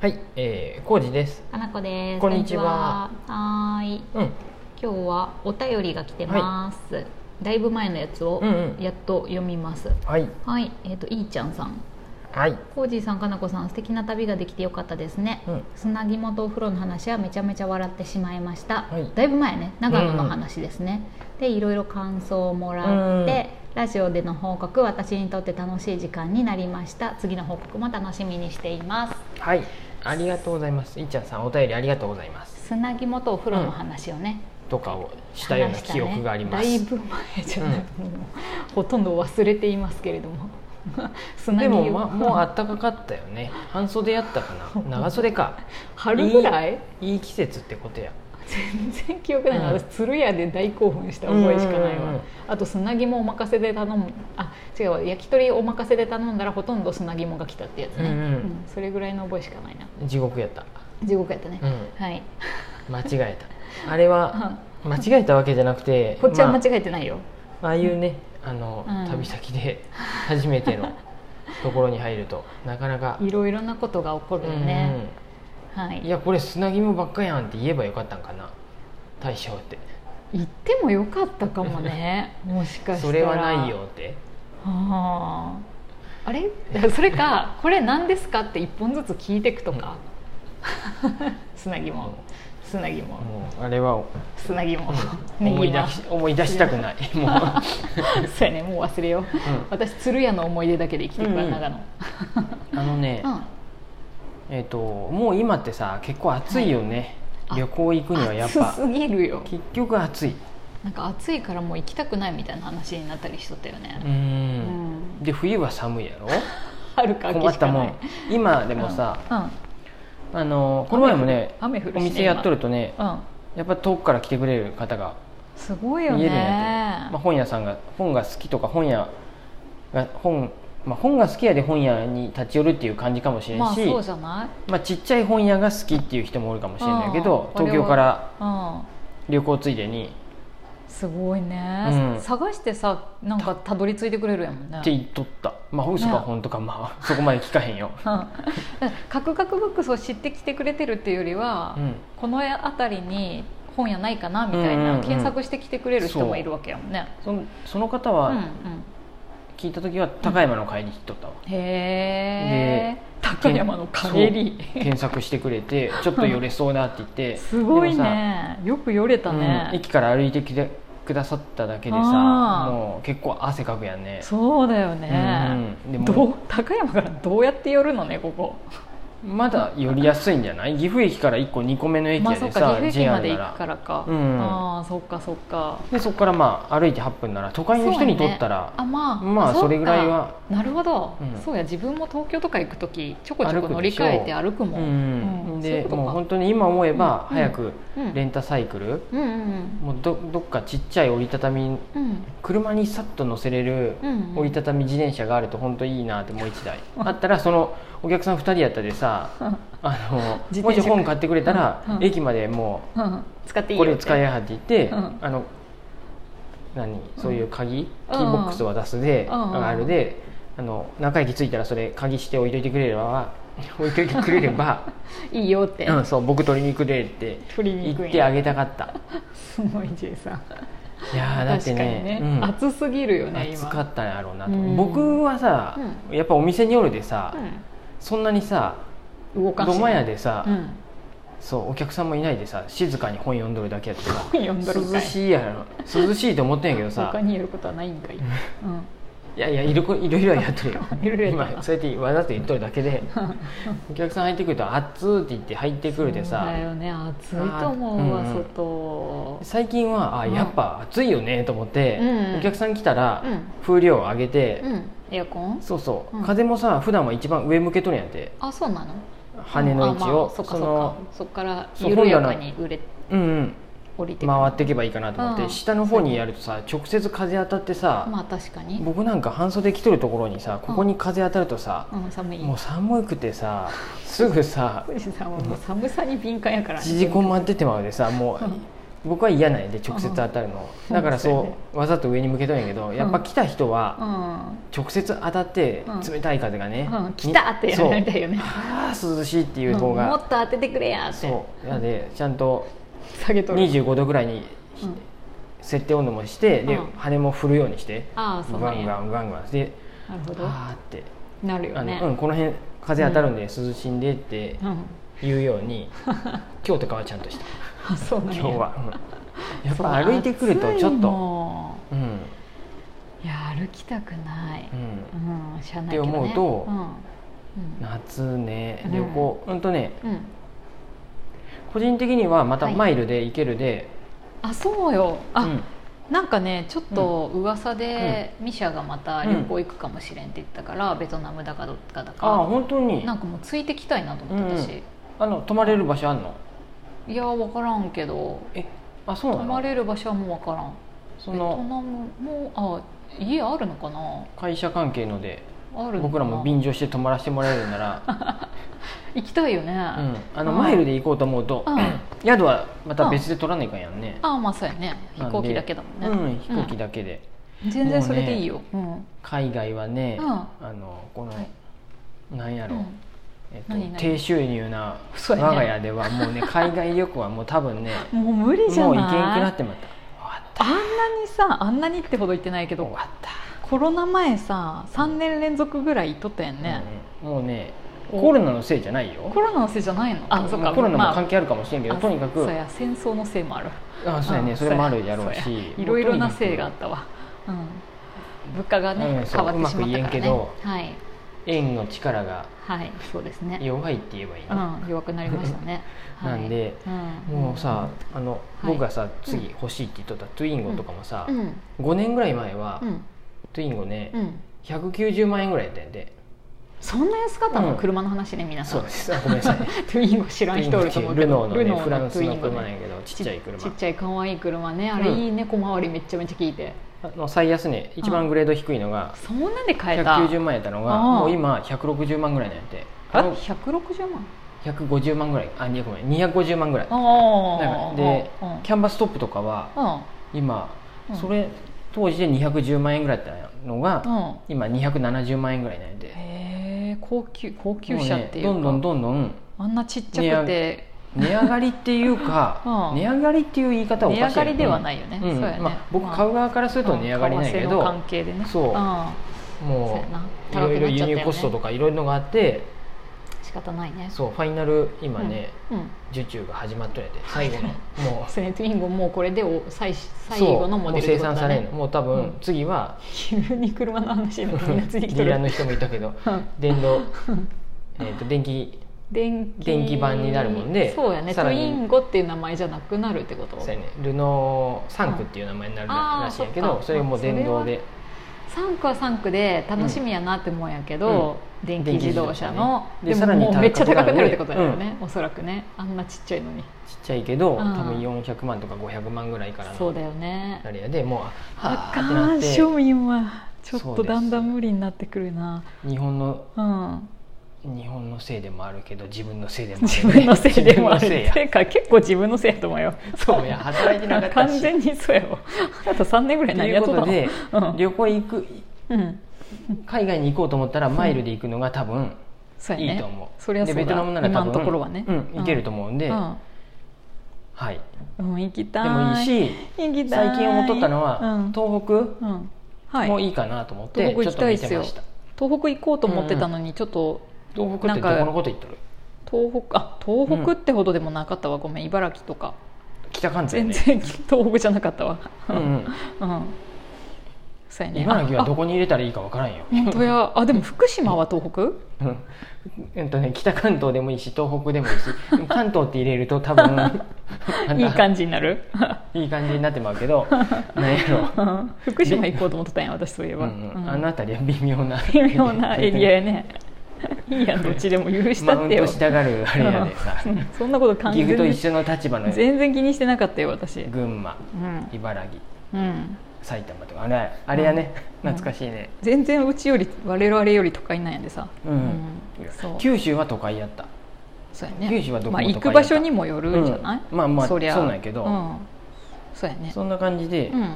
はい、えー、康二です。かなこです。こんにちはこんにちは。はーい。うん、今日はお便りが来てます。だいぶ前のやつをうんうんやっと読みます。はい、はい。えっ、といいちゃんさん、はい、コージーさん、かなこさん、素敵な旅ができてよかったですね。うん、砂肝とお風呂の話はめちゃめちゃ笑ってしまいました、はいだいぶ前ね長野の話ですね、でいろいろ感想をもらって、ラジオでの報告私にとって楽しい時間になりました次の報告も楽しみにしていますはい、ありがとうございます。いっちゃんさん、お便りありがとうございます。砂肝とお風呂の話をね、とかをしたような話し記憶があります。ね、だいぶ前じゃない、もうほとんど忘れていますけれども 砂で肝も、ま、もうあったかかったよね。半袖やったか な、長袖か。春ぐらいいいい季節ってことや。全然記憶ないな、うん私鶴屋で大興奮した覚えしかなうんいうんうわ、んうんあと砂肝お任せで頼むあ違うわ焼き鳥お任せで頼んだらほとんど砂肝が来たってやつね、うんうんそれぐらいの覚えしかないな地獄やった。地獄やったねう、ん、はい、間違えた。あれは間違えたわけじゃなくて、こっちはま間あ違えてないよ、ああいうね、あの、うん旅先で初めてのところに入るとなかなか。いろいろなことが起こるようんうね、んはいいやこれ砂肝ばっかやんって言えばよかったんかな大将って行ってもよかったかも ねもしかしたそられはないよってあーあれ それかこれ何ですかって一本ずつ聞いていくとか 砂肝砂肝もうあれは砂肝思いね出し思い出したくない もう、今そうやねもう忘れよう私鶴屋の思い出だけで生きてるかうら、んうん長野うんあのね、うんえっ、ともう今ってさ結構暑いよね、はい旅行行くにはやっぱ暑すぎるよ結局暑いなんか暑いからもう行きたくないみたいな話になったりしとったよねう、うんんで冬は寒いや ろ春か秋困っしたかもないん今でもさ、あのこの前もね雨降るおしね店やっとるとねうん、うん、やっぱ遠くから来てくれる方がすご見いえよるんねやって、まあ、本屋さんが本が好きとか本屋が本,、まあ、本が好きやで本屋に立ち寄るっていう感じかもしれんまあし、そうまじゃないあちっちゃい本屋が好きっていう人もおるかもしれないけどうん東京からうん旅行ついでにすごいね、うん探してさなんかたどり着いてくれるやもんねって言っとったまあ嘘かね本当かまあそこまで聞かへんよ、うん カクカクブックスを知ってきてくれてるっていうよりは、うん、この辺りに本屋ないかなみたいうんうな、んうん検索してきてくれる人もいるわけやもんねそのその方うんうはん聞いた時は高山の帰りに行っとったわ、へえで高山の帰りそう検索してくれてちょっと寄れそうなって言って すごいでもさねよく寄れたね、うん、駅から歩いてきてくださっただけでさあーもう結構汗かくやんねそうだよね、うんうんでもどう高山からどうやって寄るのねここまだ寄りやすいんじゃない岐阜駅から1個2個目の駅まやあそでっさ、か岐阜駅ま JR でな行くかららか、うんああそっかそっかでそこからまあ歩いて8分なら都会の人にとったらそうやねあまあまあっかそれぐらいはなるほど、うんそうや自分も東京とか行く時ちょこちょこ歩く乗でりしょ換えて歩くうもん、ん、うんでそういうことかもう本当に今思えばうん早くうんレンタサイクル、うんうんもうどどっかちっちゃい折りたたみうん車にさっと乗せれるうんうん折りたたみ自転車があると本当いいなってもう1台あったらそのお客さん2人やったでさあの自転車もし本買ってくれたらうんうん駅までもうん 使ってういいこよれ使いえやはって言ってうんあの何そういう鍵キうんーボックスを出すでうんあるであの中駅着いたらそれ鍵して置いといてくれれば 置いといてくれれ ばいいよって、うんそう僕取りに行くでって取りに言行くんってあやげたかったすごい J さんい やーだっ確かてにねね、うん暑すぎるよね今暑かったんやろうなとうん僕はさやっぱお店におるでさそんなにさうん、動かんしど真やでさ、うん、そうお客さんもいないでさ静かに本読んどるだけやってさ読んどるか涼いしいやろ涼しいと思ってんやけどさ他にやることはないんかい、うん、いやいやいろこ いろいろやっとるよいろいろやっとるな今そうやってわざと言っとるだけでお客さん入ってくると「あっつー」って言って入ってくるでそうださよね暑いと思うあーわうんうん外最近はあうんやっぱ暑いよねと思って、うんお客さん来たらうん風量を上げて、うんエアコンそうそう、うん風もさ普段は一番上向けとるんやんてあそうなの羽の位置を、あまあそっかそそっかのそっからそう緩やかに売れうんうん降りてくる回っていけばいいかなと思って、うん下の方にやるとさ直接風当たってさ、まあ確かに、僕なんか半袖着とるところにさここに風当たるとさ、うん、寒いも う寒くてさすぐさ富士山はもう寒さに敏感やからね縮こまっててまうでさもう僕は嫌ないで直接当たるの、うんだからそうそねうわざと上に向けたんやけど、やっぱ来た人はうん直接当たってうん冷たい風がね、うん、来たってやられたいよねあー涼しいっていう方うんもが、っと当ててくれやってそうなのでちゃんと下げとる25度ぐらいにうん設定温度もして、でうん羽も振るようにしてああそうガなんンやガンガンガンでなるほどあーって、なるよあねのうん、この辺風当たるんで涼しんでってうん言うように、今日とかはちゃんとした あそうなんや今日は、うんやっそうぱ歩いてくるとちょっ暑いともうん、んいや歩きたくないうん、うんしゃあないけどねって思うとうん夏ねうん旅行うんとねうん、うん、個人的にはまたはいマイルで行けるで、あそうよあ、うんなんかねちょっと噂で、ミシャがまた旅行行くかもしれんって言ったから、ベトナムだかどっかだああか本当になんかもうついてきたいなと思ってたし、あの泊まれる場所あんのいや分からんけどえあそうな泊のまれる場所はもう分からんそベトのナムもあ家あるのかな会社関係のであるのかな僕らも便乗して泊まらせてもらえるなら、行きたいよね、う ん、あのうんマイルで行こうと思うと、うん宿はまた別で取らないかんやんね、ああまあそうやね飛行機だけだもんね、なんでうん、飛行機だけで、全然それでいいよ、うん海外はね、うんあのこの、なんやろ、うんえっと何々低収入なそうやね我が家では もうね海外旅行はもう多分ねもう無理じゃもう行ないけんくなってまったあんなにさあんなにってほど言ってないけ終どわったコロナ前さ3年連続ぐらい行っとったやん終わっねた、、うんもうねコロナのせいじゃないよコロナのせいじゃないのあそっかコロナまもあ関係あるかもしれんけど、あとにかくそうや戦争のせいもあるあそうやねんそれもあるやろうそしやいろいろなせいがあもっうとにかたわ、うん、物価がね、うんそう変わってしまったからねうまく言えんけどはいく円の力がはいそうですね、弱いって言えばいいの、うん、弱くなりましたね、は い、なんで、うん、もうさあの、はい僕がさ次欲しいって言っとったトゥインゴとかもさ、うんうん5年ぐらい前は、うんトゥインゴね、うん190万円ぐらいやったんでそんな安かったの、うん車の話ね皆さそんうですあごめんなさいトゥインゴ知らん人おると思うけルどノーのねフラントスゥイのンゴね車なんやけどちっちゃい車ちっちゃい可愛い車ねあれうんいい猫回りめっちゃめちゃ効いてあの最安値一番グレード低いのがそんなんで買えた190万円やったのがああもう今160万ぐらいなんやってああの160万150万ぐらいあいやごめん250万ぐらいあなあんかでうんうんキャンバストップとかは今うんそれ当時で210万円ぐらいだったのがうんうん今270万円ぐらいなんでへえ高級高級車っていうかもねどんどんどんどんあんなちっちゃくて値上がりっていうか うん値上がりっていう言い方はお値かし上いがりではいないよね、うんそうやね、まあ、僕買う側からすると値上がりなんやけうんど為替の関係でねそうんそうもやなういろいろ高くなっち輸ゃったよね入コストとかいろいろのがあって仕方ないねそうファイナル今ね、うんうん受注が始まっとるやで最後のもうスレットインゴもうこれでお最 最後のモデルそうもう生産されんののもう多う分ん次 は急に車の話にデなってみんなついてきてィーラーるの人もいたけどうん電 動えーと電気電気電気版になるもんでそうやねさトらゥにインゴっていう名前じゃなくなるってことそうやねルノーサンクっていう名前になるあーらしいんやけそっどかそれも電動で3区は3区で楽しみやなって思うんやけど、電気自動車の電気自動車ねでさでもらにもうめっちゃ高くなるってことだよ高くなね、おそらくねあんなちっちゃいのにちっちゃいけどうん多分400万とか500万ぐらいからそうのだよねあれやでもうあはかーってなんって庶民はちょっそうとですだんだん無理になってくるな日本の うん日本のせいでもあるけど自分のせいでもあるね自分のせいでもある自分のせいやていうか結構自分のせいやと思うよ そうや働いてなかった完し全にそうやわあと3年ぐらいと何いやうっことったとので、うん旅行行くうん、海外に行こうと思ったらマイルで行くのが多分そうやねいいと思う,、そりゃそうだでベトナムなら多今分のところはね、うん、行けると思うんで、うんはいうん、行きでたいもいいし行きたい最近思っとったのは、うん東う北んはい、もいいかなと思って、東北ち行ょっときたい見でてすよました東北行こうと思ってたのにちょっと東北ってどこのこと言っとる東北あ東北ってほどでもなかったわごめん茨城とか北関東や全ね然東北じゃなかったわうんうんうんそうやね茨城はあどこに入れたらいいかわからんよあ本当やあでも福島は東北 うんえっとね、北関東でもいいし東北でもいいし関東って入れると多分 いい感じに なるじいい感じになってまうけ ど何やろう、ん福島行こうと思ってたんや私そういえうば、んううんん、あの辺りは微妙な微妙なエリア やねいいやんどっちでも許したマっウンてよトしたがるあれやでさうんそんなこと完岐全阜とに一緒の立場の全然気にしてなかったよ私う群馬ん、茨城うん、埼玉とかあれあれやね、うん懐かしいね、全然うちより我々より都会なんやでさ、うんそう九州は都会やったそうやね九州はどこもまあ、都会行だく場所にもよるじゃない、うんまあまありゃそうなんやけどんそうやねそんな感じで、うん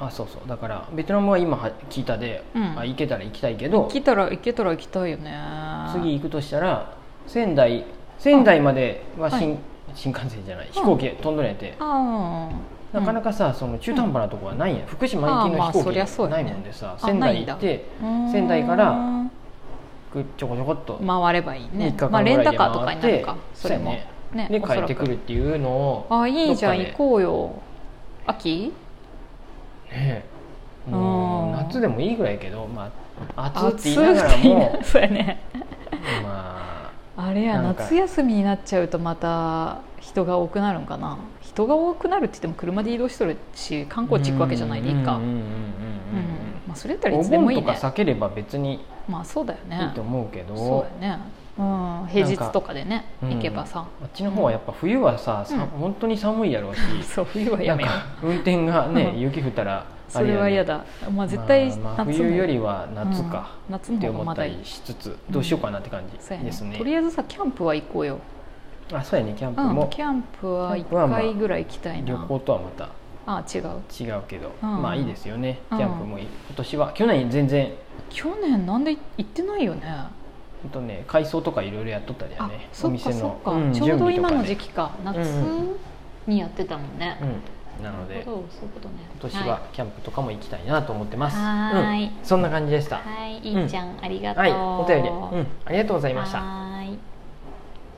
あそうそうだからベトナムは今は聞いたで、うんあ行けたら行きたいけど来たら行けたら行きたいよね次行くとしたら仙台仙台までは新,、新幹線じゃない飛行機飛んどるんやって、ああなかなかさその中途半端なとこはないんや、福島行きあーまあの飛そ行りゃそう機やなねいもんでさ、あ仙ない台ん行だってうん仙台からぐちょこちょこっと、回ればいいね三日間まあ、レンタカーとぐからいでにな回ってるかそれもうやねで帰ってくおそるらっていうのをくあいいじゃんどっか行でこうよ秋ねえもううん夏でもいいぐらいやけど、まあ、暑って言いながらも暑いな そうやねまあれやなんか夏休みになっちゃうとまた人が多くなるんかな人が多くなるって言っても車で移動しとるし観あ光地行くわけじゃないでいいかうんううんんうんうんまあそれやったうんらうんおいつでも盆いいとかね避ければ別にまあそうだよいいねと思うけど、そうやねうん平日とかでねなんか行けばさあっちの方はやっぱ冬はさ、うんさ本当に寒いやろうし、そう冬はなやんめようか運転がねうん雪降ったらそれはや嫌ねだまあ絶対夏まあまあの冬よりは夏か、うん夏のって方が思まっだたいいりしつつどうしようかなって感じそうやですねね。とりあえずさキャンプは行こうよ、あそうやねキャンプうん、もキャンプはキャンプは1まあ回ぐらい行きたいな、旅行とはまたあ違う違うけど、うんまあいいですよねうキんャンプもいい今年は去年全然、去年なんで行ってないよねほんとね、改装とかいろいろやっとったりやあねそっかそっか、うんちょうど準備と今かのね時期か夏うんにやってたもんね、うん、なのなるでほどそういうことね今年はキャンプとかも行きたいなと思ってます、はうーいん、そんな感じでしたはい、はい、いいちゃん、ありがとう、はい、お便り、うん、ありがとうございましたはーい